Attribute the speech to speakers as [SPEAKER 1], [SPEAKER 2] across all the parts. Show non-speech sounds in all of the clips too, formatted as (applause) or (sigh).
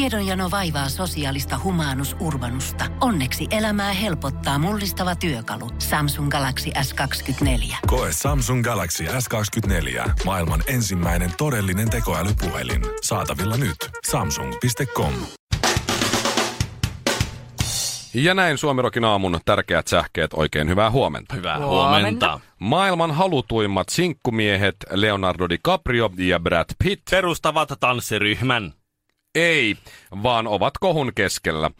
[SPEAKER 1] Tiedonjano vaivaa sosiaalista humanus urbanusta. Onneksi elämää helpottaa mullistava työkalu. Samsung Galaxy S24.
[SPEAKER 2] Koe Samsung Galaxy S24. Maailman ensimmäinen todellinen tekoälypuhelin. Saatavilla nyt. Samsung.com.
[SPEAKER 3] Ja näin Suomirokin aamun tärkeät sähkeet. Oikein hyvää huomenta.
[SPEAKER 4] Hyvää
[SPEAKER 5] Huomenta.
[SPEAKER 4] huomenta.
[SPEAKER 3] Maailman halutuimmat sinkkumiehet Leonardo DiCaprio ja Brad Pitt
[SPEAKER 4] Perustavat tanssiryhmän.
[SPEAKER 3] ei, vaan ovat kohun keskellä.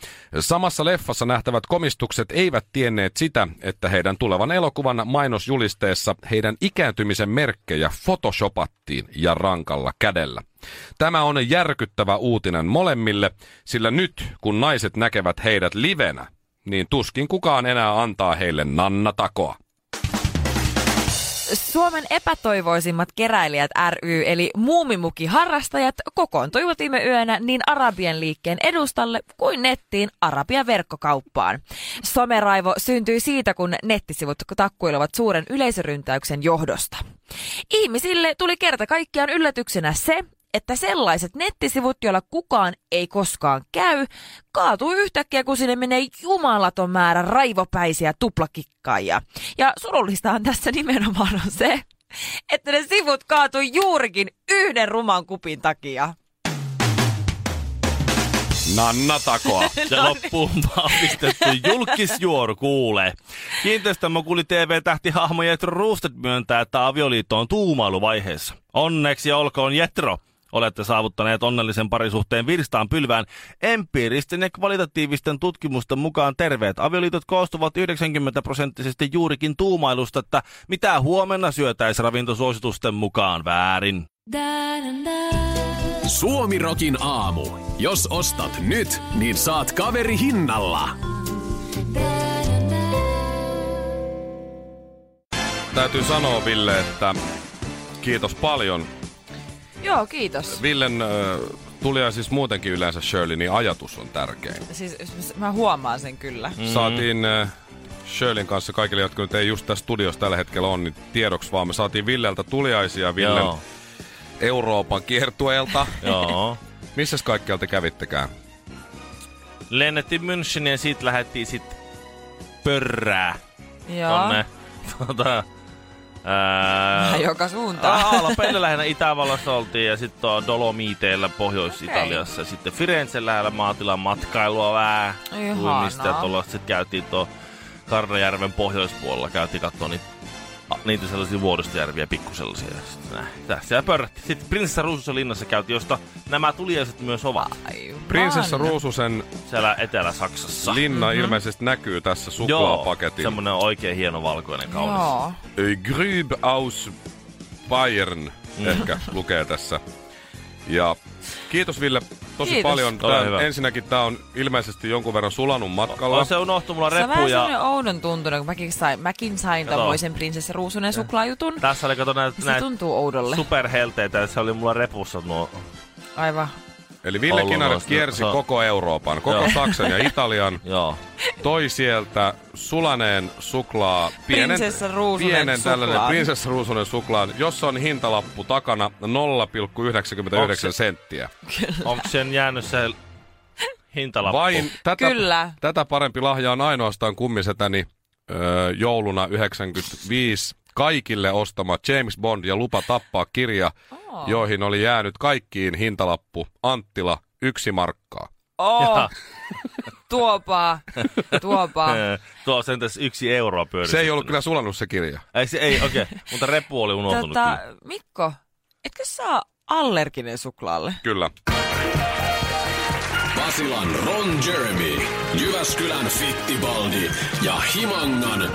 [SPEAKER 3] Samassa leffassa nähtävät komistukset eivät tienneet sitä, että heidän tulevan elokuvan mainosjulisteessa heidän ikääntymisen merkkejä photoshopattiin ja rankalla kädellä. Tämä on järkyttävä uutinen molemmille, sillä nyt kun naiset näkevät heidät livenä, niin tuskin kukaan enää antaa heille nannatakoa.
[SPEAKER 6] Suomen epätoivoisimmat keräilijät ry eli muumimukiharrastajat kokoontuivat viime yönä niin Arabian liikkeen edustalle kuin nettiin Arabian verkkokauppaan. Someraivo syntyi siitä, kun nettisivut takkuilevat suuren yleisöryntäyksen johdosta. Ihmisille tuli kerta kaikkiaan yllätyksenä se, että sellaiset nettisivut, joilla kukaan ei koskaan käy, kaatuu yhtäkkiä, kun sinne menee jumalaton määrä raivopäisiä tuplakikkaajia. Ja surullistahan tässä nimenomaan on se, että ne sivut kaatuu juurikin yhden ruman kupin takia.
[SPEAKER 3] Nannatakoa.
[SPEAKER 4] Se loppuun vahvistettu julkisjuor kuulee. Kiinteistömme kuuli TV-tähtihahmo Jetro Roosted myöntää, että avioliitto on tuumailuvaiheessa. Onneksi olkoon Jetro. Olette saavuttaneet onnellisen parisuhteen virstaan pylvään. Empiiristen ja kvalitatiivisten tutkimusten mukaan terveet avioliitot koostuvat 90 prosenttisesti juurikin tuumailusta, että mitä huomenna syötäisi ravintosuositusten mukaan väärin.
[SPEAKER 5] Suomirokin aamu. Jos ostat nyt, niin saat kaveri hinnalla.
[SPEAKER 3] Täytyy sanoa Ville, että kiitos paljon
[SPEAKER 6] Joo, kiitos.
[SPEAKER 3] Villen ö, tulee siis muutenkin yleensä Shirley, niin ajatus on tärkein.
[SPEAKER 6] Siis mä huomaan sen kyllä.
[SPEAKER 4] Mm-hmm.
[SPEAKER 3] Mm. Saatiin ö, Shirleyn kanssa kaikille, jotka nyt ei just tässä studiossa tällä hetkellä on, niin tiedoksi vaan me saatiin Villeltä tuliaisia Villen
[SPEAKER 4] Joo.
[SPEAKER 3] Euroopan kiertueelta.
[SPEAKER 4] (laughs) Joo.
[SPEAKER 3] Missäs kaikkialta te kävittekään?
[SPEAKER 4] lennettiin Müncheniin ja siitä lähdettiin sit pörrää
[SPEAKER 6] Joo.
[SPEAKER 4] Mm, tonne (laughs) tota, ää,
[SPEAKER 6] Vähän (laughs) Joka suuntaan.
[SPEAKER 4] Aalapeille lähinnä Itävallassa oltiin ja sitten on Dolomiteillä Pohjois-Italiassa. Ja sitten Firenzen lähellä maatilan matkailua vähän
[SPEAKER 6] Ihanaa.
[SPEAKER 4] luimista ja tuollaista. Sitten käytiin tuo Karnajärven pohjoispuolella, käytiin katsoa niitä, a- niitä sellaisia vuodostojärviä pikkusellaisia. ja sitten näin. Tässä siellä pörrättiin. Sitten Prinsessa Ruususen linnassa käytiin, josta nämä tuliaiset myös ovat
[SPEAKER 6] Aivan.
[SPEAKER 3] Prinsessa Ruususen
[SPEAKER 4] siellä Etelä-Saksassa.
[SPEAKER 3] linna mm-hmm. ilmeisesti näkyy tässä suklaapaketilla.
[SPEAKER 4] semmonen oikein hieno valkoinen kaunis.
[SPEAKER 6] Joo.
[SPEAKER 3] Grüb aus Bayern
[SPEAKER 4] Mm.
[SPEAKER 3] ehkä lukee tässä. Ja kiitos Ville tosi
[SPEAKER 6] Kiitos.
[SPEAKER 3] paljon.
[SPEAKER 4] Ole
[SPEAKER 3] Tää,
[SPEAKER 4] hyvä.
[SPEAKER 3] ensinnäkin tämä on ilmeisesti jonkun verran sulanut matkalla.
[SPEAKER 4] On se unohtunut mulla
[SPEAKER 6] Se on vähän
[SPEAKER 4] reppu
[SPEAKER 6] sellainen
[SPEAKER 4] ja
[SPEAKER 6] oudon tuntunut, kun mäkin sain, mäkin sain
[SPEAKER 4] Kato.
[SPEAKER 6] tämmöisen prinsessa Ruusunen suklaajutun.
[SPEAKER 4] tässä oli kato näitä
[SPEAKER 6] Se
[SPEAKER 4] näit
[SPEAKER 6] tuntuu oudolle.
[SPEAKER 4] superhelteitä ja se oli mulla repussa nuo.
[SPEAKER 6] Aivan.
[SPEAKER 3] Eli Ville
[SPEAKER 4] Oulun
[SPEAKER 3] Kinaret
[SPEAKER 4] nousta.
[SPEAKER 3] kiersi
[SPEAKER 4] Joo.
[SPEAKER 3] koko Euroopan, koko
[SPEAKER 4] Joo.
[SPEAKER 3] Saksan ja Italian,
[SPEAKER 4] Joo.
[SPEAKER 3] toi sieltä sulaneen suklaa, pienen,
[SPEAKER 6] Prinsessa Ruusunen
[SPEAKER 3] pienen tällainen
[SPEAKER 6] suklaan.
[SPEAKER 3] prinsessa ruusunen suklaan, jossa on hintalappu takana 0,99
[SPEAKER 4] Onks
[SPEAKER 3] senttiä.
[SPEAKER 4] Onko sen jäänyt se hintalappu?
[SPEAKER 3] Vain tätä,
[SPEAKER 6] Kyllä.
[SPEAKER 3] tätä parempi lahja on ainoastaan kummisetäni öö, jouluna 95 kaikille ostama James Bond ja lupa tappaa kirja, oh. joihin oli jäänyt kaikkiin hintalappu Anttila yksi markkaa.
[SPEAKER 6] Oh, tuopaa, tuopaa.
[SPEAKER 4] (laughs) Eh, Tuo on sentäs yksi euroa pyöritetty.
[SPEAKER 3] Se ei ollut kyllä sulanut se kirja.
[SPEAKER 4] Ei, se ei, okei. Mutta reppu oli unohtunut
[SPEAKER 6] Tota,
[SPEAKER 4] kyllä.
[SPEAKER 6] Mikko, etkö saa allerginen suklaalle?
[SPEAKER 3] Kyllä.
[SPEAKER 5] Basilan Ron Jeremy, Jyväskylän Fittibaldi ja Himangan...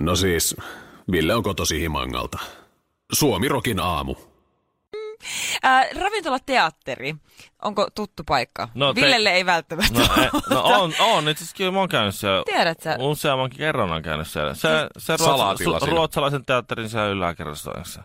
[SPEAKER 5] No siis, Ville on kotosi Himangalta. Suomirokin aamu.
[SPEAKER 6] Ää, Äh, ravintolateatteri, onko tuttu paikka?
[SPEAKER 4] No, te-
[SPEAKER 6] Villelle ei välttämättä
[SPEAKER 4] No,
[SPEAKER 6] ole,
[SPEAKER 4] eh, no
[SPEAKER 6] mutta
[SPEAKER 4] on, on. Itse asiassa kyllä mä oon käynyt siellä.
[SPEAKER 6] Tota- Tiedät sä?
[SPEAKER 4] Useamman kerran on käynyt siellä. Se, se
[SPEAKER 3] Salaatilla
[SPEAKER 4] ruotsa, su,
[SPEAKER 3] siinä.
[SPEAKER 4] ruotsalaisen teatterin siellä yläkerrastoissa.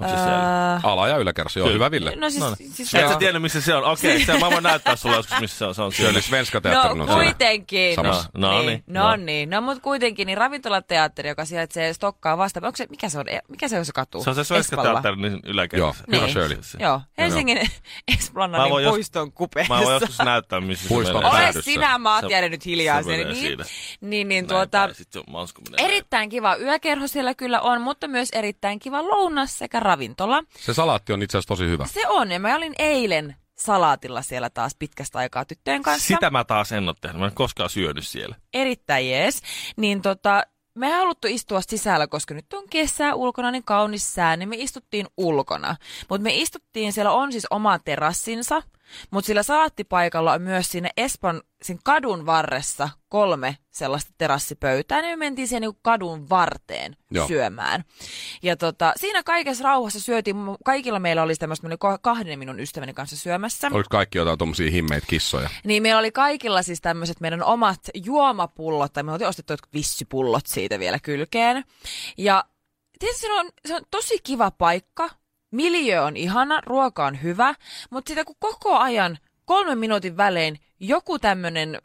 [SPEAKER 4] Onko siis
[SPEAKER 6] Öö,
[SPEAKER 4] se siellä?
[SPEAKER 3] Ala- ja yläkerros, joo,
[SPEAKER 4] Kyllä.
[SPEAKER 3] hyvä Ville.
[SPEAKER 6] Äh, no siis,
[SPEAKER 4] No niin.
[SPEAKER 6] siis, siis
[SPEAKER 4] Et sä tiedä, missä se on. Okei, okay, mä voin näyttää sulle joskus, missä se on. Se on
[SPEAKER 3] Se
[SPEAKER 4] siellä.
[SPEAKER 3] oli Svenska
[SPEAKER 6] No
[SPEAKER 3] teatterin on siinä.
[SPEAKER 6] kuitenkin.
[SPEAKER 3] Samassa.
[SPEAKER 4] No, no niin,
[SPEAKER 6] No
[SPEAKER 4] no.
[SPEAKER 6] niin. No mut kuitenkin, niin ravintolateatteri, joka sijaitsee Stokkaa vastaan. Onko se, mikä se on? E- Mikä se on se katu?
[SPEAKER 4] Se on se Svenska
[SPEAKER 6] Espalla.
[SPEAKER 4] teatterin
[SPEAKER 3] Joo,
[SPEAKER 4] yläkerrassa.
[SPEAKER 3] hyvä
[SPEAKER 6] Niin.
[SPEAKER 3] Shirley.
[SPEAKER 6] Joo, Helsingin (laughs)
[SPEAKER 4] Mä
[SPEAKER 6] Esplanadin
[SPEAKER 4] voin jos-
[SPEAKER 6] puiston kupeessa.
[SPEAKER 4] Mä voin joskus näyttää, missä se
[SPEAKER 3] Puiston
[SPEAKER 4] menee.
[SPEAKER 6] Ole
[SPEAKER 3] päädyssä.
[SPEAKER 6] sinä, mä oon
[SPEAKER 4] Se-
[SPEAKER 6] tiedän nyt hiljaa
[SPEAKER 4] se
[SPEAKER 6] sen.
[SPEAKER 4] menee
[SPEAKER 6] Niin,
[SPEAKER 4] siinä.
[SPEAKER 6] niin, niin
[SPEAKER 4] Näin
[SPEAKER 6] tuota,
[SPEAKER 4] päin, sit se on mansku menee.
[SPEAKER 6] erittäin kiva yökerho siellä kyllä on, mutta myös erittäin kiva lounas sekä ravintola.
[SPEAKER 3] Se salaatti on itse asiassa tosi hyvä.
[SPEAKER 6] Se on, ja mä olin eilen salaatilla siellä taas pitkästä aikaa tyttöjen kanssa.
[SPEAKER 4] Sitä mä taas en ole tehnyt. Mä en koskaan syönyt siellä.
[SPEAKER 6] erittäin jees, niin tota, me ei haluttu istua sisällä, koska nyt on kesä ulkona, niin kaunis sää, niin me istuttiin ulkona. Mutta me istuttiin, siellä on siis oma terassinsa, mutta sillä salaattipaikalla on myös siinä Espan sen kadun varressa kolme sellaista terassipöytää, niin me mentiin siihen niinku kadun varteen
[SPEAKER 3] Joo.
[SPEAKER 6] syömään. Ja tota, siinä kaikessa rauhassa syötiin, mu- kaikilla meillä oli tämmöistä, me oli kahden minun ystäväni kanssa syömässä.
[SPEAKER 3] Oliko kaikki jotain tuommoisia himmeitä kissoja?
[SPEAKER 6] Niin meillä oli kaikilla siis tämmöiset meidän omat juomapullot, tai me oltiin ostettu jotkut vissypullot siitä vielä kylkeen. Ja tietysti se on, se on tosi kiva paikka, miljö on ihana, ruoka on hyvä, mutta sitä kun koko ajan kolmen minuutin välein joku tämmöinen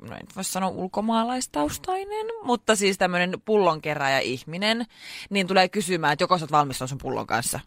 [SPEAKER 6] no en voi sanoa ulkomaalaistaustainen, mutta siis tämmöinen pullonkeräjä ihminen, niin tulee kysymään, että joko sä oot valmis ton sun pullon kanssa.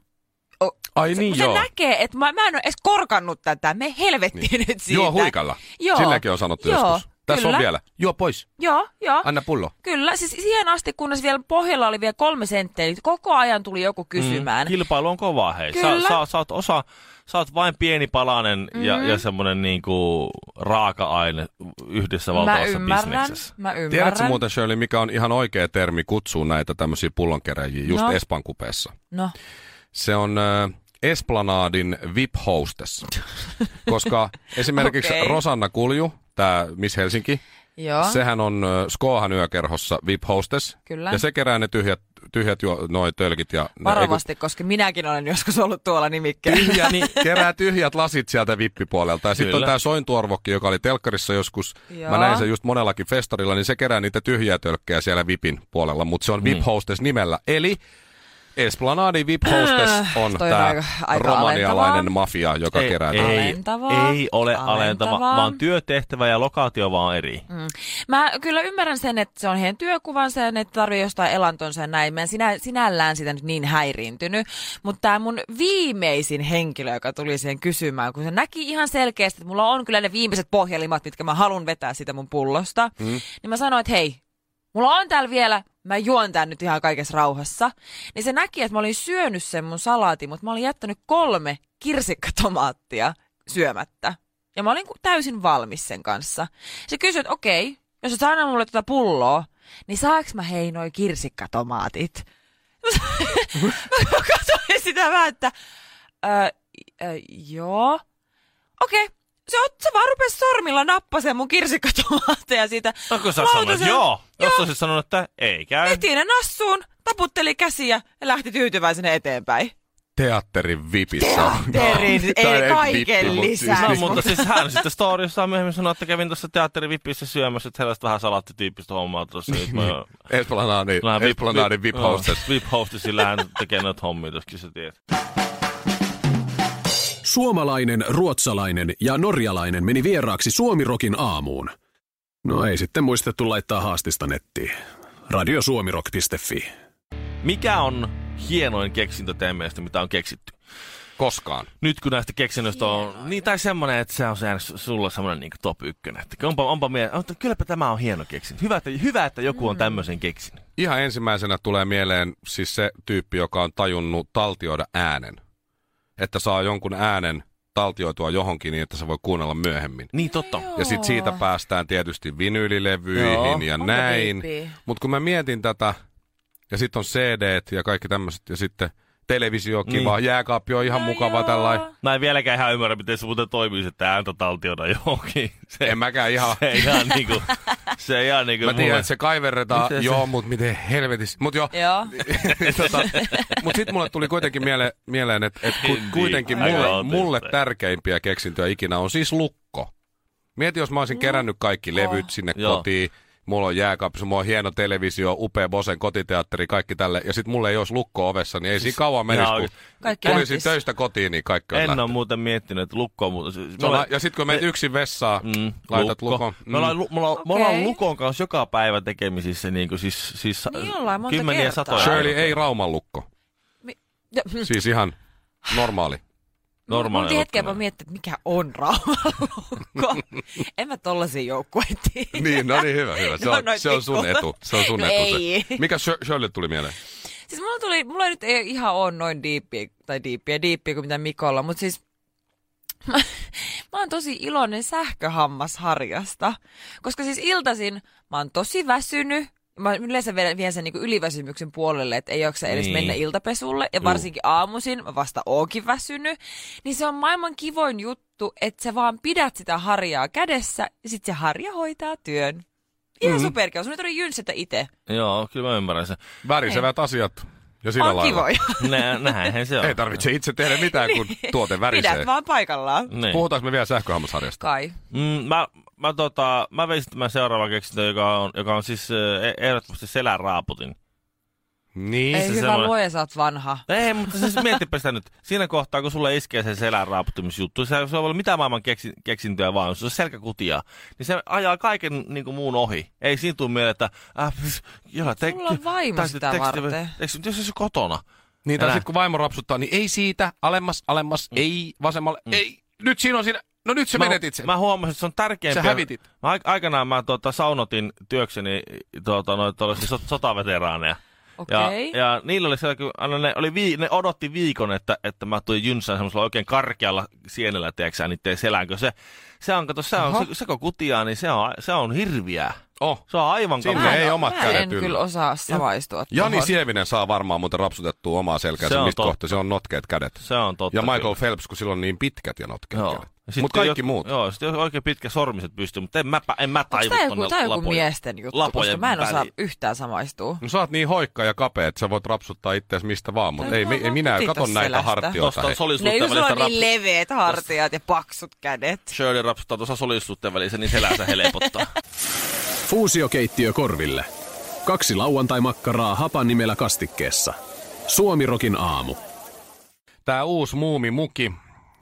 [SPEAKER 3] Ai Niin
[SPEAKER 6] Se, kun se näkee, että mä, mä en ole edes korkannut tätä, me helvettiin niin. nyt siitä.
[SPEAKER 3] Joo, huikalla.
[SPEAKER 6] Joo.
[SPEAKER 3] Silläkin on sanottu
[SPEAKER 6] Joo,
[SPEAKER 3] joskus. Tässä
[SPEAKER 6] kyllä.
[SPEAKER 3] on vielä. Joo, pois.
[SPEAKER 6] Joo, joo.
[SPEAKER 3] Anna pullo.
[SPEAKER 6] Kyllä, siis siihen asti, kunnes vielä pohjalla oli vielä kolme senttiä, niin koko ajan tuli joku kysymään. Mm,
[SPEAKER 4] Kilpailu on kova, hei. Sä,
[SPEAKER 6] Kyllä.
[SPEAKER 4] sä, sä, oot osa, sä oot vain pieni palanen mm-hmm. ja, ja semmoinen niinku raaka-aine yhdessä
[SPEAKER 6] mä
[SPEAKER 4] valtavassa
[SPEAKER 6] ymmärrän,
[SPEAKER 4] bisneksessä.
[SPEAKER 6] mä ymmärrän.
[SPEAKER 3] Tiedätkö muuten Shirley, mikä on ihan oikea termi kutsua näitä tämmöisiä pullonkeräjiä just
[SPEAKER 6] No.
[SPEAKER 3] no. Espan kupeessa?
[SPEAKER 6] No,
[SPEAKER 3] Se on äh, Esplanadin VIP
[SPEAKER 6] (laughs)
[SPEAKER 3] hostess. Koska esimerkiksi
[SPEAKER 6] Okei.
[SPEAKER 3] okay. Rosanna Kulju, tämä Miss Helsinki,
[SPEAKER 6] joo. Se...
[SPEAKER 3] sehän on äh, Skohan yökerhossa VIP hostess.
[SPEAKER 6] Kyllä.
[SPEAKER 3] Ja se kerää ne tyhjät, tyhjät jo, noi tölkit ja... ne- ei kun-
[SPEAKER 6] Varovasti, koska minäkin olen joskus ollut tuolla nimikkeellä. (laughs)
[SPEAKER 3] tyhjä, niin kerää tyhjät lasit sieltä vippipuolelta. Ja sitten on
[SPEAKER 4] Kyllä.
[SPEAKER 3] tämä sointuorvokki, joka oli telkkarissa joskus. Joo.
[SPEAKER 6] Joo.
[SPEAKER 3] Mä näin sen just monellakin festarilla, niin se kerää niitä tyhjiä tölkkejä siellä vipin puolella. Mutta se on
[SPEAKER 4] Niin.
[SPEAKER 3] VIP hostess nimellä. Eli Esplanadi VIP hostess on
[SPEAKER 6] Äh, toi on
[SPEAKER 3] tämä
[SPEAKER 6] aika- aika
[SPEAKER 3] romanialainen
[SPEAKER 6] alentavaa.
[SPEAKER 3] mafia, joka
[SPEAKER 4] Ei,
[SPEAKER 3] kerää.
[SPEAKER 4] ei,
[SPEAKER 6] Alentavaa.
[SPEAKER 4] ei ole alentava,
[SPEAKER 6] Alentavaa.
[SPEAKER 4] vaan työtehtävä ja lokaatio vaan on eri. Mm.
[SPEAKER 6] Mä kyllä ymmärrän sen, että se on heidän työkuvansa ja ne tarvii jostain elantonsa ja näin. Mä en sinä, sinällään sitä nyt niin häiriintynyt. Mutta tämä mun viimeisin henkilö, joka tuli siihen kysymään, kun se näki ihan selkeästi, että mulla on kyllä ne viimeiset pohjalimat, mitkä mä haluan vetää sitä mun pullosta. Mm. Niin mä sanoin, että hei, mulla on täällä vielä, mä juon tän nyt ihan kaikessa rauhassa. Niin se näki, että mä olin syönyt sen mun salaatin, mutta mä olin jättänyt kolme kirsikkatomaattia syömättä. Ja mä olin ku- täysin valmis sen kanssa. Se kysyi, että okei, jos et sä anna mulle tätä pulloa, niin saaks mä hei noi kirsikkatomaatit? mä (laughs) katsoin sitä vähän, että ö, ö, joo, okei. Se, ot, se vaan rupesi sormilla nappaseen mun kirsikkatomaatteja siitä.
[SPEAKER 4] No kun sä sanoit,
[SPEAKER 6] lautasella.
[SPEAKER 4] joo. Jos olisit sanonut, että ei käy.
[SPEAKER 6] Veti ne nassuun, taputteli käsiä ja lähti tyytyväisenä eteenpäin.
[SPEAKER 3] Teatterin vipissä.
[SPEAKER 6] Terin,
[SPEAKER 3] (laughs) Tai
[SPEAKER 6] ei
[SPEAKER 3] ei vippi,
[SPEAKER 6] kaiken
[SPEAKER 3] mut (laughs)
[SPEAKER 6] lisää.
[SPEAKER 4] No, mutta siis hän sitten storiossaan myöhemmin sanoi, että kävin tuossa teatterivippissä syömässä, että sellaista vähän salaattityyppistä hommaa tuossa. nyt mä-
[SPEAKER 3] Esplanadi,
[SPEAKER 4] Nää vip-
[SPEAKER 3] Esplanadin Niin. VIP
[SPEAKER 4] joo,
[SPEAKER 3] hostess.
[SPEAKER 4] VIP hostess, sillä hän tekee noita hommia tuossa, kyllä sä tiedät.
[SPEAKER 5] Suomalainen, ruotsalainen ja norjalainen meni vieraaksi Suomirokin aamuun. No ei sitten muistettu laittaa haastista nettiin. Radiosuomirok.fi.
[SPEAKER 4] Mikä on hienoin keksintö teidän mielestä, mitä on keksitty?
[SPEAKER 3] Koskaan.
[SPEAKER 4] Nyt kun näistä keksinnöistä on, niin tai semmoinen, että se on se, sulla semmoinen niin top ykkönen. Että onpa, onpa mie- on, kylläpä tämä on hieno keksintö. Hyvä, että, hyvä, että joku
[SPEAKER 3] Mm.
[SPEAKER 4] on tämmöisen keksinyt.
[SPEAKER 3] Ihan ensimmäisenä tulee mieleen siis se tyyppi, joka on tajunnut taltioida äänen. Että saa jonkun äänen taltioitua johonkin niin, että se voi kuunnella myöhemmin.
[SPEAKER 4] Niin totta.
[SPEAKER 3] Ja sitten siitä päästään tietysti vinyylilevyihin
[SPEAKER 4] Joo.
[SPEAKER 3] ja
[SPEAKER 6] Onpa
[SPEAKER 3] näin.
[SPEAKER 6] creepy.
[SPEAKER 3] Mutta kun mä mietin tätä, ja sitten on CD ja kaikki tämmöiset, ja sitten televisio on kiva, niin. jääkaappi on ihan no mukava
[SPEAKER 6] joo.
[SPEAKER 3] tällainen.
[SPEAKER 4] Mä en vieläkään ihan ymmärrä, miten se muuten toimii, se että ääntä taltiona johonkin. (laughs) Se,
[SPEAKER 3] En mäkään ihan...
[SPEAKER 4] se ei ihan niinku, se ei ihan niinku
[SPEAKER 3] Mä tiedän,
[SPEAKER 4] mulle-
[SPEAKER 3] että se kaiverretaan,
[SPEAKER 4] Miten se-
[SPEAKER 3] joo, mutta miten helvetissä. Mut joo,
[SPEAKER 6] Joo.
[SPEAKER 3] tota, mutta sitten mulle tuli kuitenkin miele, mieleen, että et ku,
[SPEAKER 4] Indeed.
[SPEAKER 3] kuitenkin
[SPEAKER 4] Aika
[SPEAKER 3] mulle,
[SPEAKER 4] autista.
[SPEAKER 3] mulle tärkeimpiä keksintöjä ikinä on siis lukko. Mieti, jos mä olisin kerännyt kaikki levyt sinne
[SPEAKER 4] Joo.
[SPEAKER 3] kotiin, mulla on jääkaappi, mulla on hieno televisio, upea Bosen kotiteatteri, kaikki tälle. Ja sitten mulla ei olisi lukko ovessa, niin ei siinä kauan menisi,
[SPEAKER 4] Jaa,
[SPEAKER 3] kun
[SPEAKER 6] Kaikki
[SPEAKER 3] tulisin
[SPEAKER 6] lähtisi.
[SPEAKER 3] töistä kotiin, niin kaikki on
[SPEAKER 4] Siis En ole
[SPEAKER 3] lähtenyt.
[SPEAKER 4] muuten miettinyt, että lukko on muuten...
[SPEAKER 3] Se on lä- Ja sitten kun menet yksin vessaan, mm, laitat lukon.
[SPEAKER 4] Mm. Me, ollaan, lu- me, ollaan, me ollaan
[SPEAKER 6] Okei.
[SPEAKER 4] Lukon kanssa joka päivä tekemisissä niin kuin siis, siis
[SPEAKER 6] Niin ollaan monta
[SPEAKER 4] kymmeniä
[SPEAKER 6] kertaa.
[SPEAKER 4] satoja.
[SPEAKER 3] Shirley
[SPEAKER 4] kertoja.
[SPEAKER 3] ei Rauman lukko,
[SPEAKER 6] Ja,
[SPEAKER 3] siis ihan normaali.
[SPEAKER 4] Normaali
[SPEAKER 6] Mun hetkeäpä
[SPEAKER 4] elokuva.
[SPEAKER 6] miettiä, että mikä on rauhalukko. en mä tollasia joukkueita
[SPEAKER 3] Niin, no niin, hyvä, hyvä. Se
[SPEAKER 6] (laughs) No
[SPEAKER 3] on,
[SPEAKER 6] noin
[SPEAKER 3] se on sun
[SPEAKER 6] pikku.
[SPEAKER 3] etu. Se on sun
[SPEAKER 6] No
[SPEAKER 3] etu.
[SPEAKER 6] ei.
[SPEAKER 3] Se. Mikä Shir- Shirley tuli mieleen?
[SPEAKER 6] Siis mulla tuli, mulla ei nyt ei ihan ole noin diippiä, tai diippiä, diippiä kuin mitä Mikolla, mutta siis (laughs) mä, mä oon tosi iloinen sähköhammasharjasta, koska siis iltaisin mä oon tosi väsynyt, Mä yleensä vien, vien sen niin yliväsymyksen puolelle, että ei jaksa edes
[SPEAKER 4] Niin.
[SPEAKER 6] niin. mennä iltapesulle. Ja varsinkin aamuisin, mä vasta oonkin väsynyt. Niin se on maailman kivoin juttu, että sä vaan pidät sitä harjaa kädessä ja sit se harja hoitaa työn. Ihan
[SPEAKER 3] Mm-hmm.
[SPEAKER 6] mm. superkiva. Sun ei tarvitse jynsätä itse.
[SPEAKER 4] Joo, kyllä mä ymmärrän sen.
[SPEAKER 3] Värisevät asiat. Ja sillä
[SPEAKER 6] On
[SPEAKER 3] lailla.
[SPEAKER 6] kivoja. (laughs) Niin.
[SPEAKER 4] Nä, näinhän se on.
[SPEAKER 3] Ei tarvitse itse tehdä mitään, kun tuote värisee.
[SPEAKER 6] Pidät vaan paikallaan.
[SPEAKER 4] niin.
[SPEAKER 3] Puhutaanko me vielä sähköhammasharjasta?
[SPEAKER 6] Kai.
[SPEAKER 4] Mm, mä, mä, tota, mä veisin tämän seuraavan keksintö, joka on, joka on siis eh, ehdottomasti seläraaputin.
[SPEAKER 3] Niin.
[SPEAKER 6] Ei
[SPEAKER 4] se
[SPEAKER 6] hyvä
[SPEAKER 4] semmoinen-
[SPEAKER 6] luoja, sä oot vanha.
[SPEAKER 4] Ei, mutta siis mietipä sitä nyt. Siinä kohtaa, kun sulle iskee se selän raaputtimisjuttu, se, se voi olla mitä maailman keksi, keksintöä vaan, se on selkäkutia, niin se ajaa kaiken niin kuin muun ohi. Ei siinä tule mieleen, että... Äh, pys, joo, te,
[SPEAKER 6] Sulla on vaimo
[SPEAKER 4] tai
[SPEAKER 6] sitä varten.
[SPEAKER 4] Eikö, jos se on kotona?
[SPEAKER 3] Niin, tai
[SPEAKER 4] Älä.
[SPEAKER 3] sitten kun vaimo rapsuttaa, niin ei siitä, alemmas, alemmas, ei, vasemmalle, ei. Nyt siinä on siinä, no nyt se menetit sen.
[SPEAKER 4] Mä huomasin, että se on tärkeämpi.
[SPEAKER 3] Sä hävitit.
[SPEAKER 4] Mä, aik- aikanaan mä tota, saunotin työkseni tota, noita tuollaisia so, sotaveteraaneja.
[SPEAKER 6] Okei.
[SPEAKER 4] Ja, ja niillä oli siellä, kun aina ne, oli vii, ne odotti viikon, että, että mä tulin jynsään semmoisella oikein karkealla sienellä, tiedätkö niiden selänkö. Se, se on, kato, se on, se, se kun kutiaa, niin se on, a- se on hirviää.
[SPEAKER 3] Oh.
[SPEAKER 4] Se on aivan
[SPEAKER 3] Sinne
[SPEAKER 4] kamala.
[SPEAKER 3] ei
[SPEAKER 6] en-
[SPEAKER 3] omat
[SPEAKER 6] mä
[SPEAKER 3] kädet
[SPEAKER 6] en
[SPEAKER 3] yllä.
[SPEAKER 6] kyllä osaa samaistua.
[SPEAKER 3] Jani
[SPEAKER 6] tohon.
[SPEAKER 3] Sievinen saa varmaan muuten rapsutettua omaa
[SPEAKER 4] Se
[SPEAKER 3] selkäänsä,
[SPEAKER 4] on
[SPEAKER 3] mistä
[SPEAKER 4] totta.
[SPEAKER 3] kohta se on notkeet kädet.
[SPEAKER 4] Se on totta.
[SPEAKER 3] Ja Michael
[SPEAKER 4] kyllä.
[SPEAKER 3] Phelps, kun sillä on niin pitkät ja notkeet
[SPEAKER 4] Joo.
[SPEAKER 3] kädet.
[SPEAKER 4] Ja sitten
[SPEAKER 3] Mutta kaikki
[SPEAKER 4] jos-
[SPEAKER 3] muut.
[SPEAKER 4] Joo, sitten jos oikein pitkä sormiset pystyy, mutta en mä, pä- en mä
[SPEAKER 6] Onks
[SPEAKER 4] taivu
[SPEAKER 6] tää joku,
[SPEAKER 4] tonne
[SPEAKER 6] tää joku
[SPEAKER 4] lapojen-
[SPEAKER 6] miesten juttu, koska
[SPEAKER 4] lapojen
[SPEAKER 6] mä en osaa
[SPEAKER 4] väliin.
[SPEAKER 6] yhtään samaistua.
[SPEAKER 3] No sä oot niin hoikka ja kapea, että sä voit rapsuttaa itseäsi mistä vaan, mutta
[SPEAKER 6] Ei,
[SPEAKER 3] ei,
[SPEAKER 6] mä
[SPEAKER 3] mi- ei
[SPEAKER 6] vaan
[SPEAKER 3] minä
[SPEAKER 6] putita
[SPEAKER 3] katon näitä
[SPEAKER 6] selästä.
[SPEAKER 3] hartioita.
[SPEAKER 4] Tuosta
[SPEAKER 3] hei.
[SPEAKER 4] on
[SPEAKER 6] Ne
[SPEAKER 4] solisuutta
[SPEAKER 6] jos sulla
[SPEAKER 4] välistä
[SPEAKER 6] on
[SPEAKER 4] rapu-
[SPEAKER 6] niin leveät hartiat ja paksut kädet.
[SPEAKER 4] Shirley rapsuttaa tuossa solisuutta välissä, niin selänsä helpottaa.
[SPEAKER 5] Fuusiokeittiö korville. Kaksi lauantai-makkaraa hapan nimellä kastikkeessa. Suomirokin aamu.
[SPEAKER 3] Tämä uusi muumi muki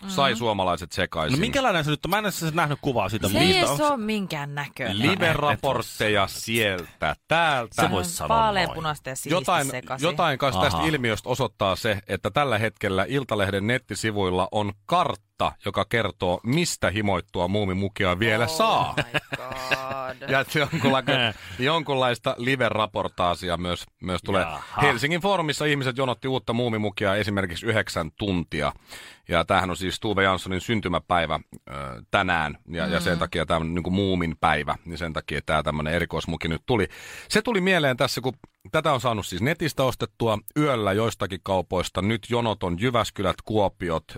[SPEAKER 3] sai suomalaiset sekaisin.
[SPEAKER 4] No minkälainen se nyt on? Mä en edes nähnyt kuvaa siitä.
[SPEAKER 6] Se
[SPEAKER 4] mutta
[SPEAKER 6] ei
[SPEAKER 4] niistä
[SPEAKER 6] edes
[SPEAKER 4] onko
[SPEAKER 6] ole minkään näköinen.
[SPEAKER 4] No,
[SPEAKER 3] Live-raportteja sieltä, täältä.
[SPEAKER 4] Se voi sanoa
[SPEAKER 6] Vaaleanpunaista ja sinistä
[SPEAKER 3] jotain,
[SPEAKER 6] sekaisin.
[SPEAKER 3] jotain kanssa tästä
[SPEAKER 4] Ahaa.
[SPEAKER 3] ilmiöstä osoittaa se, että tällä hetkellä Iltalehden nettisivuilla on kartta, joka kertoo, mistä himoittua muumimukia vielä
[SPEAKER 6] Oh
[SPEAKER 3] saa.
[SPEAKER 6] my god.
[SPEAKER 3] Ja että jonkunla- jonkunlaista live-raportaasia myös, myös tulee.
[SPEAKER 4] Jaha.
[SPEAKER 3] Helsingin foorumissa ihmiset jonotti uutta muumimukia esimerkiksi yhdeksän tuntia. Ja tämähän on siis Tuve Janssonin syntymäpäivä ö, tänään. Ja, mm. ja sen takia tämä on niin kuin muumin päivä. Niin sen takia tämä tämmöinen erikoismuki nyt tuli. Se tuli mieleen tässä, kun tätä on saanut siis netistä ostettua yöllä joistakin kaupoista. Nyt jonot on Jyväskylät, Kuopiot, ö,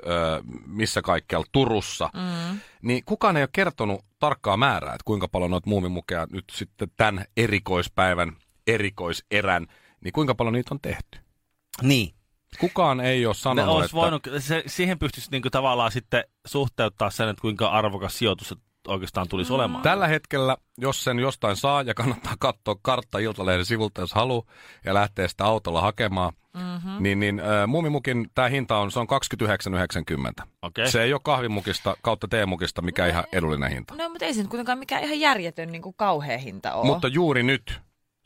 [SPEAKER 3] missä kaikkialla Turussa. Mm. Niin kukaan ei ole kertonut tarkkaa määrää, että kuinka paljon noita muumimukeja nyt sitten tämän erikoispäivän, erikoiserän, niin kuinka paljon niitä on tehty?
[SPEAKER 4] Niin.
[SPEAKER 3] Kukaan ei ole
[SPEAKER 4] Ne
[SPEAKER 3] sanonut,
[SPEAKER 4] olisi
[SPEAKER 3] että...
[SPEAKER 4] voinut, se, siihen pystyisi niinku tavallaan sitten suhteuttaa sen, että kuinka arvokas sijoitus se oikeastaan tulisi
[SPEAKER 6] Mm.
[SPEAKER 4] olemaan.
[SPEAKER 3] Tällä hetkellä, jos sen jostain saa ja kannattaa katsoa kartta Iltalehden sivulta, jos haluaa, ja lähtee sitä autolla hakemaan,
[SPEAKER 4] Mhm.
[SPEAKER 3] mm-hmm. niin, niin äh, muumimukin tämä hinta on, se on 29,90.
[SPEAKER 4] Okei.
[SPEAKER 3] Se ei ole kahvimukista kautta teemukista, mikä ihan edullinen hinta.
[SPEAKER 6] No mutta ei se nyt kuitenkaan mikään ihan järjetön niin kuin kauhea hinta ole.
[SPEAKER 3] Mutta juuri nyt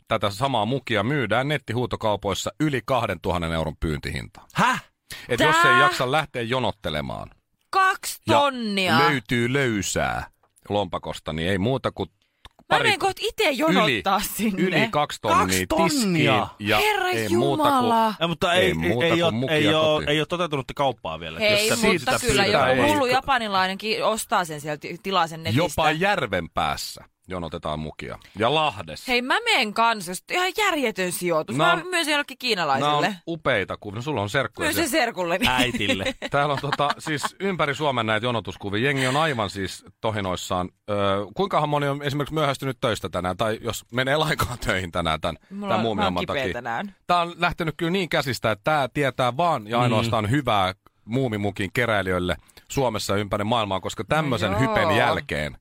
[SPEAKER 3] tätä samaa mukia myydään nettihuutokaupoissa yli 2000 euron pyyntihinta.
[SPEAKER 4] Häh?
[SPEAKER 3] Et
[SPEAKER 6] Tää-
[SPEAKER 3] jos ei jaksa lähteä jonottelemaan
[SPEAKER 6] Kaksi
[SPEAKER 3] ja
[SPEAKER 6] tonnia.
[SPEAKER 3] löytyy löysää lompakosta, niin ei muuta kuin
[SPEAKER 6] Mä
[SPEAKER 3] pari
[SPEAKER 6] menen kohta itse jonottaa sinne.
[SPEAKER 3] yli kaksi tonnia,
[SPEAKER 4] Kaksi
[SPEAKER 3] tiskiin.
[SPEAKER 4] tonnia?
[SPEAKER 3] Ja
[SPEAKER 6] Herra
[SPEAKER 3] ei
[SPEAKER 6] Jumala.
[SPEAKER 4] Ei, mutta
[SPEAKER 3] Ei
[SPEAKER 4] ei, ei,
[SPEAKER 3] muuta
[SPEAKER 4] ei,
[SPEAKER 3] kuin
[SPEAKER 4] ole,
[SPEAKER 3] mukia
[SPEAKER 4] ei, ole,
[SPEAKER 3] kotiin.
[SPEAKER 4] ei ole toteutunut kauppaa vielä.
[SPEAKER 6] Hei,
[SPEAKER 4] Jos sä-
[SPEAKER 6] mutta
[SPEAKER 4] sitä
[SPEAKER 6] kyllä
[SPEAKER 4] pyydetään.
[SPEAKER 6] joku
[SPEAKER 3] ei.
[SPEAKER 6] hullu japanilainenkin ostaa sen sieltä, tilaa sen netistä.
[SPEAKER 3] Jopa järven päässä jonotetaan mukia. Ja Lahdessa.
[SPEAKER 6] Hei, mä meen kanssa. just Ihan järjetön sijoitus.
[SPEAKER 3] No.
[SPEAKER 6] No. Mä myön sen jollekin
[SPEAKER 3] Nämä on
[SPEAKER 6] kiinalaisille.
[SPEAKER 3] upeita kuvia. No, sulla on serkkuja.
[SPEAKER 6] Myön sen
[SPEAKER 3] siellä.
[SPEAKER 6] serkulle.
[SPEAKER 3] (laughs)
[SPEAKER 4] Äitille.
[SPEAKER 3] Täällä on tota, siis ympäri Suomen näitä jonotuskuvia. Jengi on aivan siis tohinoissaan. Öö, kuinkahan moni on esimerkiksi myöhästynyt töistä tänään, tai jos menee lainkaan töihin tänään tämän,
[SPEAKER 6] (laughs) Mulla
[SPEAKER 3] tämän
[SPEAKER 6] on- mä oon
[SPEAKER 3] muumihomman
[SPEAKER 6] kipeä
[SPEAKER 3] takia?
[SPEAKER 6] tänään.
[SPEAKER 3] Tämä on lähtenyt kyllä niin käsistä, että tämä tietää vaan ja ainoastaan mm. hyvää muumimukin keräilijöille Suomessa ja ympäri maailmaa, koska tämmöisen no
[SPEAKER 6] joo.
[SPEAKER 3] hypen jälkeen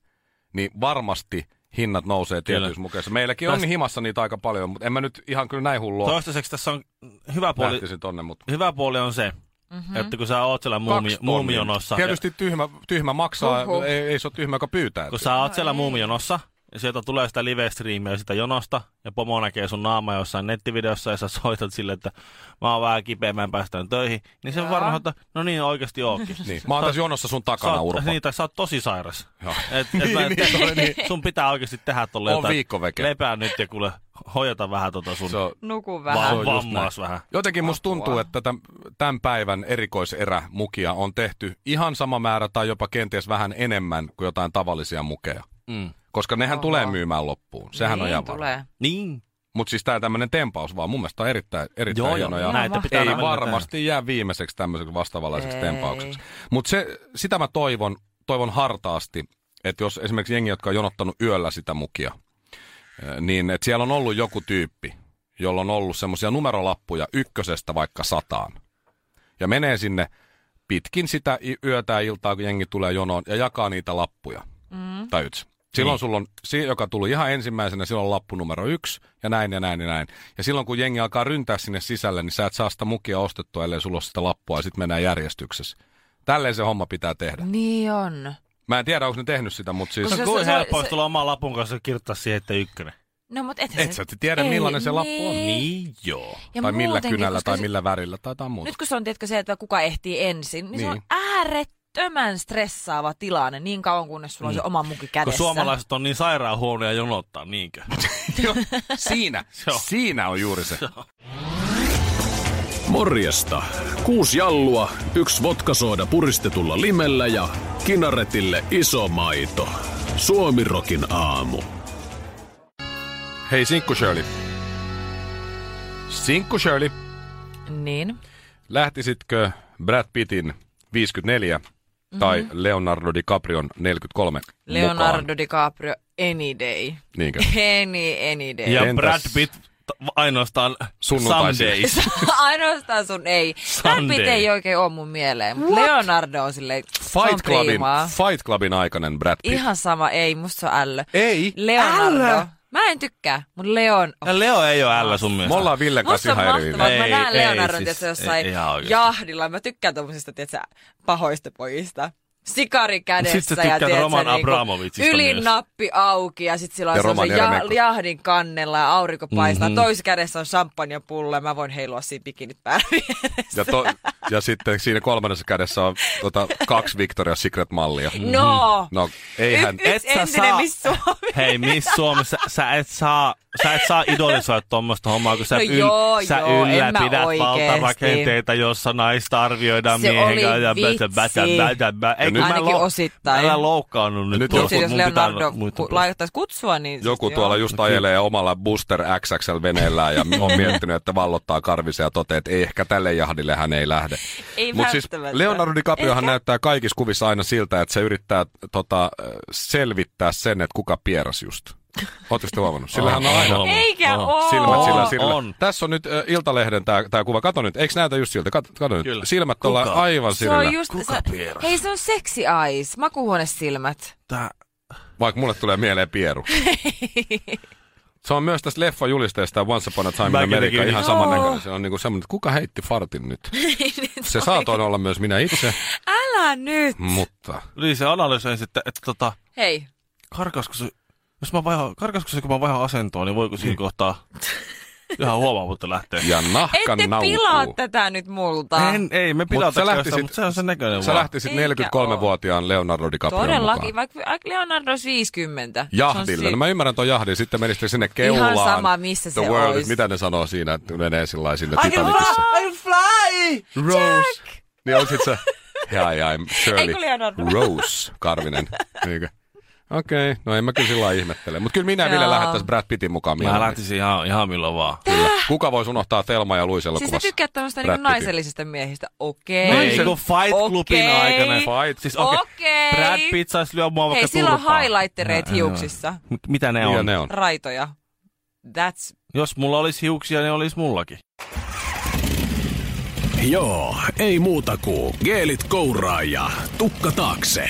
[SPEAKER 3] niin varmasti hinnat nousee
[SPEAKER 4] Kyllä.
[SPEAKER 3] tietyissä mukeissa. Meilläkin on
[SPEAKER 4] Tästä-
[SPEAKER 3] himassa niitä aika paljon, mutta en mä nyt ihan kyllä näin hullua
[SPEAKER 4] Toistaiseksi tässä on hyvä puoli,
[SPEAKER 3] lähtisi tonne, mutta
[SPEAKER 4] hyvä puoli on se,
[SPEAKER 6] Mhm.
[SPEAKER 4] mm-hmm. että kun sä oot siellä muumi,
[SPEAKER 3] Kaksi tonnia.
[SPEAKER 4] muumionossa, ja,
[SPEAKER 3] Tietysti tyhmä, tyhmä maksaa,
[SPEAKER 6] Huhhuh.
[SPEAKER 3] ei, ei se ole tyhmä, joka pyytää.
[SPEAKER 4] kun sä oot siellä muumionossa, ja sieltä tulee sitä live-striimiä sitä jonosta, ja pomo näkee sun naama jossain nettivideossa, ja sä soitat sille, että mä oon vähän kipeä, mä en päästään töihin, niin se varmaan, että no niin, oikeasti ookin.
[SPEAKER 3] (laughs) Niin. Mä oon tässä jonossa sun
[SPEAKER 4] Sä
[SPEAKER 3] takana,
[SPEAKER 4] oot,
[SPEAKER 3] Urpo.
[SPEAKER 4] niin, tai sä oot tosi sairas.
[SPEAKER 3] Joo.
[SPEAKER 4] Et, et mä,
[SPEAKER 3] (laughs) Niin, niin, toi, niin.
[SPEAKER 4] Sun pitää oikeasti tehdä tolle
[SPEAKER 3] On
[SPEAKER 4] jotain.
[SPEAKER 3] viikkoveke.
[SPEAKER 4] Lepää nyt ja kuule, hoidata vähän tota sun
[SPEAKER 3] Se on,
[SPEAKER 6] Nuku
[SPEAKER 4] va-
[SPEAKER 6] vähän.
[SPEAKER 3] Se on just
[SPEAKER 4] vammaas vähän.
[SPEAKER 3] Jotenkin musta tuntuu, että täm- tämän päivän erikoiserämukia on tehty ihan sama määrä tai jopa kenties vähän enemmän kuin jotain tavallisia mukeja.
[SPEAKER 4] Mm.
[SPEAKER 3] Koska nehän
[SPEAKER 6] Oho.
[SPEAKER 3] tulee myymään loppuun. Sehän on
[SPEAKER 6] niin,
[SPEAKER 3] ihan
[SPEAKER 6] tulee.
[SPEAKER 4] Niin.
[SPEAKER 3] Mutta siis tämä tämmöinen tempaus vaan mun mielestä on erittäin, erittäin
[SPEAKER 4] Joo,
[SPEAKER 3] hieno.
[SPEAKER 4] joo,
[SPEAKER 3] ja
[SPEAKER 4] näitä pitää
[SPEAKER 3] ei
[SPEAKER 4] nähdä.
[SPEAKER 3] varmasti jää viimeiseksi tämmöiseksi vastaavanlaiseksi
[SPEAKER 6] Ei.
[SPEAKER 3] tempaukseksi. Mutta sitä mä toivon, toivon hartaasti, että jos esimerkiksi jengi, jotka on jonottanut yöllä sitä mukia, eh, niin että siellä on ollut joku tyyppi, jolla on ollut semmoisia numerolappuja ykkösestä vaikka sataan. Ja menee sinne pitkin sitä i- yötä ja iltaa, kun jengi tulee jonoon, ja jakaa niitä lappuja. Mm. Tai yksi. Silloin niin. sulla on, si- joka tuli ihan ensimmäisenä, silloin on lappu numero yksi, ja näin ja näin ja näin. Ja silloin kun jengi alkaa ryntää sinne sisälle, niin sä et saa sitä mukia ostettua, ellei sulla ole sitä lappua, ja sitten mennään järjestyksessä. Tälleen se homma pitää tehdä.
[SPEAKER 6] Niin on.
[SPEAKER 3] Mä en tiedä, onko ne tehnyt sitä, mutta siis...
[SPEAKER 6] Koska
[SPEAKER 4] Se,
[SPEAKER 6] Se-
[SPEAKER 4] on
[SPEAKER 6] se-
[SPEAKER 4] kuin
[SPEAKER 6] se-
[SPEAKER 4] helppoa
[SPEAKER 6] se-
[SPEAKER 4] tulla oman lapun kanssa ja kirjoittaa siihen, että ykkönen.
[SPEAKER 6] No mut et,
[SPEAKER 3] Et sä tiedä,
[SPEAKER 6] Ei,
[SPEAKER 3] millainen se lappu on.
[SPEAKER 4] Niin joo.
[SPEAKER 6] Ja
[SPEAKER 3] tai millä
[SPEAKER 6] muutenkin,
[SPEAKER 3] kynällä,
[SPEAKER 6] koska
[SPEAKER 3] tai
[SPEAKER 6] se-
[SPEAKER 3] millä värillä, tai jotain muuta.
[SPEAKER 6] Nyt kun se on tiedätkö, se, että kuka ehtii ensin, niin, niin. se on
[SPEAKER 3] Niin.
[SPEAKER 6] äärettömän stressaava tilanne niin kauan, kunnes sulla on se oma muki
[SPEAKER 4] Kun
[SPEAKER 6] kädessä.
[SPEAKER 4] suomalaiset on niin sairaan huonoja jonottaa, niinkö?
[SPEAKER 3] (laughs) siinä,
[SPEAKER 4] on.
[SPEAKER 3] siinä on juuri se.
[SPEAKER 5] Morjesta. Kuusi jallua, yksi vodkasooda puristetulla limellä ja kinaretille iso maito. Suomirokin aamu.
[SPEAKER 3] Hei Sinkku Shirley. Sinkku Shirley,
[SPEAKER 6] Niin.
[SPEAKER 3] lähtisitkö Brad Pittin 54
[SPEAKER 6] Mhm.
[SPEAKER 3] tai Leonardo DiCaprion 43
[SPEAKER 6] Leonardo
[SPEAKER 3] mukaan?
[SPEAKER 6] DiCaprio, any day.
[SPEAKER 3] Niinkö?
[SPEAKER 6] Any, any day.
[SPEAKER 4] Ja
[SPEAKER 3] Entäs-
[SPEAKER 4] Brad Pitt t- ainoastaan
[SPEAKER 3] Sunnuntaisin.
[SPEAKER 4] Sundays.
[SPEAKER 6] (laughs) Ainoastaan sun ei. Brad Pitt
[SPEAKER 4] Sunday.
[SPEAKER 6] ei oikein oo mun mieleen. mut Leonardo on silleen, (laughs) se on
[SPEAKER 3] Fight Clubin,
[SPEAKER 6] priimaa.
[SPEAKER 3] Fight Clubin aikainen Brad Pitt.
[SPEAKER 6] Ihan sama, ei, musta se on ällö.
[SPEAKER 3] Ei.
[SPEAKER 6] Leonardo. Mä en tykkää, mutta Leon...
[SPEAKER 4] Ja Leo ei ole ällä sun
[SPEAKER 3] Me
[SPEAKER 4] mielestä.
[SPEAKER 3] ollaan Villen kanssa
[SPEAKER 6] Musta on
[SPEAKER 3] ihan eri
[SPEAKER 6] mahtavaa,
[SPEAKER 3] linjalla.
[SPEAKER 4] Ei,
[SPEAKER 6] että mä näen
[SPEAKER 4] ei,
[SPEAKER 6] Leonardon
[SPEAKER 4] siis,
[SPEAKER 6] siis,
[SPEAKER 4] ei-
[SPEAKER 6] jossain
[SPEAKER 4] ei ihan oikeesti.
[SPEAKER 6] jahdilla. Mä tykkään tommosista, tiedätkö, pahoista pojista. Sikari kädessä
[SPEAKER 4] Sit sä
[SPEAKER 6] ja
[SPEAKER 4] tykkäät
[SPEAKER 6] tiedätkö,
[SPEAKER 4] Roman
[SPEAKER 6] niinku
[SPEAKER 4] Abramovichista
[SPEAKER 6] ylin
[SPEAKER 4] myös.
[SPEAKER 6] nappi auki ja sit sillä
[SPEAKER 3] Ja
[SPEAKER 6] on
[SPEAKER 3] Roman
[SPEAKER 6] semmosen jah,
[SPEAKER 3] Jeremenko.
[SPEAKER 6] jahdin kannella ja aurinko paistaa.
[SPEAKER 4] Mhm.
[SPEAKER 6] Mm-hmm. Toisessa kädessä on champagnepullo ja mä voin heilua siinä bikinit päällä.
[SPEAKER 3] Ja, to, ja sitten siinä kolmannessa kädessä on tota, kaksi Victoria Secret-mallia.
[SPEAKER 6] No.
[SPEAKER 3] No,
[SPEAKER 6] Y-
[SPEAKER 3] eihän...
[SPEAKER 4] Et
[SPEAKER 6] yksi
[SPEAKER 4] sä
[SPEAKER 6] entinen
[SPEAKER 4] saa-
[SPEAKER 6] Miss Suomi.
[SPEAKER 4] Hei, missä Suomessa sä et saa, sä et saa idolisoida tuommoista hommaa, kun sä,
[SPEAKER 6] No joo,
[SPEAKER 4] sä
[SPEAKER 6] joo, en mä
[SPEAKER 4] ylläpidät
[SPEAKER 6] oikeesti.
[SPEAKER 4] valtarakenteita, jossa naista arvioidaan
[SPEAKER 6] Se
[SPEAKER 4] miehen
[SPEAKER 6] oli
[SPEAKER 4] kanssa ja
[SPEAKER 6] vitsi.
[SPEAKER 4] Ei, kun
[SPEAKER 6] Ainakin osittain.
[SPEAKER 4] Älä loukkaannu nyt.
[SPEAKER 3] Nyt
[SPEAKER 4] tuossa,
[SPEAKER 6] Mutta jos
[SPEAKER 4] mun pitää
[SPEAKER 6] Leonardo
[SPEAKER 4] muita
[SPEAKER 6] ku-
[SPEAKER 4] puhua.
[SPEAKER 6] laittaisi kutsua, niin...
[SPEAKER 3] Joku
[SPEAKER 6] siis
[SPEAKER 3] tuolla
[SPEAKER 6] joo.
[SPEAKER 4] No
[SPEAKER 3] just ajelee omalla Booster XXL-veneellään ja
[SPEAKER 4] (laughs)
[SPEAKER 3] on miettinyt, että vallottaa karvisen ja toteaa, että ei ehkä tälle jahdille hän ei lähde.
[SPEAKER 6] Ei
[SPEAKER 3] Mutta siis
[SPEAKER 6] välttämättä.
[SPEAKER 3] Leonardo DiCapriohan näyttää kaikissa kuvissa aina siltä, että se yrittää tota, äh, selvittää sen, että kuka pieras just. Oletteko te huomannut? Sillähän on aina
[SPEAKER 4] Ei,
[SPEAKER 6] Eikä oo.
[SPEAKER 3] silmät sillä sillä.
[SPEAKER 4] on.
[SPEAKER 3] Tässä on nyt äh, Iltalehden tämä kuva. Kato nyt, eikö näytä just siltä? Kato, kato nyt.
[SPEAKER 4] Kyllä.
[SPEAKER 3] Silmät olla
[SPEAKER 4] Kuka?
[SPEAKER 3] aivan
[SPEAKER 6] Se on
[SPEAKER 3] sillä.
[SPEAKER 6] just, se, hei se on sexy eyes, makuuhuonesilmät.
[SPEAKER 4] Tää-
[SPEAKER 3] Vaikka mulle tulee mieleen
[SPEAKER 6] (laughs)
[SPEAKER 3] Pieru. Se on myös tässä leffa julisteesta Once Upon a Time in
[SPEAKER 4] Mä
[SPEAKER 3] America
[SPEAKER 4] jotenkin-
[SPEAKER 3] ihan
[SPEAKER 6] Joo.
[SPEAKER 3] saman näköinen. Se on niinku semmoinen, että kuka heitti fartin
[SPEAKER 6] (laughs)
[SPEAKER 3] nyt? Se saatoin olla myös minä itse,
[SPEAKER 6] Älä nyt!
[SPEAKER 3] mutta...
[SPEAKER 4] Niin se analysoin sitten, että tota,
[SPEAKER 6] Hei,
[SPEAKER 4] karkasko se, jos mä vaihan, karkasko se, kun mä vaihan asentoa, niin voiko siinä (laughs) kohtaa ihan huomaamatta lähteä.
[SPEAKER 3] Ja nahkan
[SPEAKER 6] ette
[SPEAKER 3] naukuu.
[SPEAKER 6] pilaa tätä nyt multa.
[SPEAKER 4] En, ei, me
[SPEAKER 3] Mut sä
[SPEAKER 4] pidätä
[SPEAKER 3] lähtisit-
[SPEAKER 4] mutta se on sen näköinen
[SPEAKER 3] Sä
[SPEAKER 4] vaan.
[SPEAKER 3] lähtisit
[SPEAKER 6] Eikä
[SPEAKER 3] 43-vuotiaan Leonardo DiCaprio
[SPEAKER 6] Todellakin,
[SPEAKER 3] mukaan.
[SPEAKER 6] vaikka Leonardo 50. Se on
[SPEAKER 3] Jahdille.
[SPEAKER 6] si-
[SPEAKER 3] No mä ymmärrän ton jahdin. Sitten menisitte sinne keulaan.
[SPEAKER 6] sama, missä
[SPEAKER 3] The
[SPEAKER 6] se niin,
[SPEAKER 3] world,
[SPEAKER 6] ois.
[SPEAKER 3] Mitä ne sanoo siinä, että menee sillä lailla sinne
[SPEAKER 6] I can
[SPEAKER 3] Titanicissa.
[SPEAKER 6] fly, I fly!
[SPEAKER 3] Rose. Niin olisit sä. Hi, I'm Shirley.
[SPEAKER 6] Ei, kun Leonardo.
[SPEAKER 3] Rose Karvinen. Niinkö? Okei, okay. no en mä kyllä sillä lailla ihmettele. Mutta kyllä minä ja Ville
[SPEAKER 6] Joo.
[SPEAKER 3] lähettäis Brad Pittin mukaan
[SPEAKER 4] Mä
[SPEAKER 3] mieluummin.
[SPEAKER 4] lähtisin ihan, ihan milloin vaan.
[SPEAKER 3] Kyllä. Kuka voisi unohtaa Telma ja Luis
[SPEAKER 6] Siis
[SPEAKER 3] elokuvassa?
[SPEAKER 6] sä tykkäät tämmöistä
[SPEAKER 3] Brad
[SPEAKER 6] niinku
[SPEAKER 3] Pittin.
[SPEAKER 6] naisellisista miehistä, okei.
[SPEAKER 4] Ei, kun Fight Clubin
[SPEAKER 6] Okei.
[SPEAKER 4] aikana.
[SPEAKER 3] Fight.
[SPEAKER 4] Siis okei.
[SPEAKER 6] Okei.
[SPEAKER 4] Okay. Brad Pitt saisi lyödä mua
[SPEAKER 6] Hei,
[SPEAKER 4] vaikka
[SPEAKER 6] sillä on
[SPEAKER 4] turpaan.
[SPEAKER 6] highlightereita
[SPEAKER 4] Mä en oo.
[SPEAKER 6] hiuksissa.
[SPEAKER 4] Mut Mitä ne
[SPEAKER 3] Mitä
[SPEAKER 4] on?
[SPEAKER 3] Niin ne on?
[SPEAKER 6] Raitoja. That's
[SPEAKER 4] Jos mulla olisi hiuksia, ne olisi mullakin.
[SPEAKER 5] Joo, ei muuta kuin geelit kouraa ja tukka taakse.